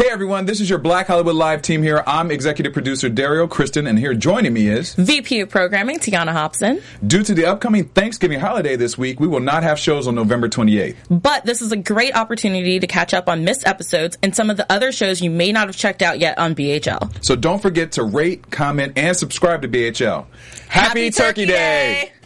everyone. This is your Black Hollywood Live team here. I'm executive producer Dario Kristen, and here joining me is. VP of Programming, Tiana Hobson. Due to the upcoming Thanksgiving holiday this week, we will not have shows on November 28th. But this is a great opportunity to catch up on missed episodes and some of the other shows you may not have checked out yet on BHL. So don't forget to rate, comment, and subscribe to BHL. Happy, Turkey Day.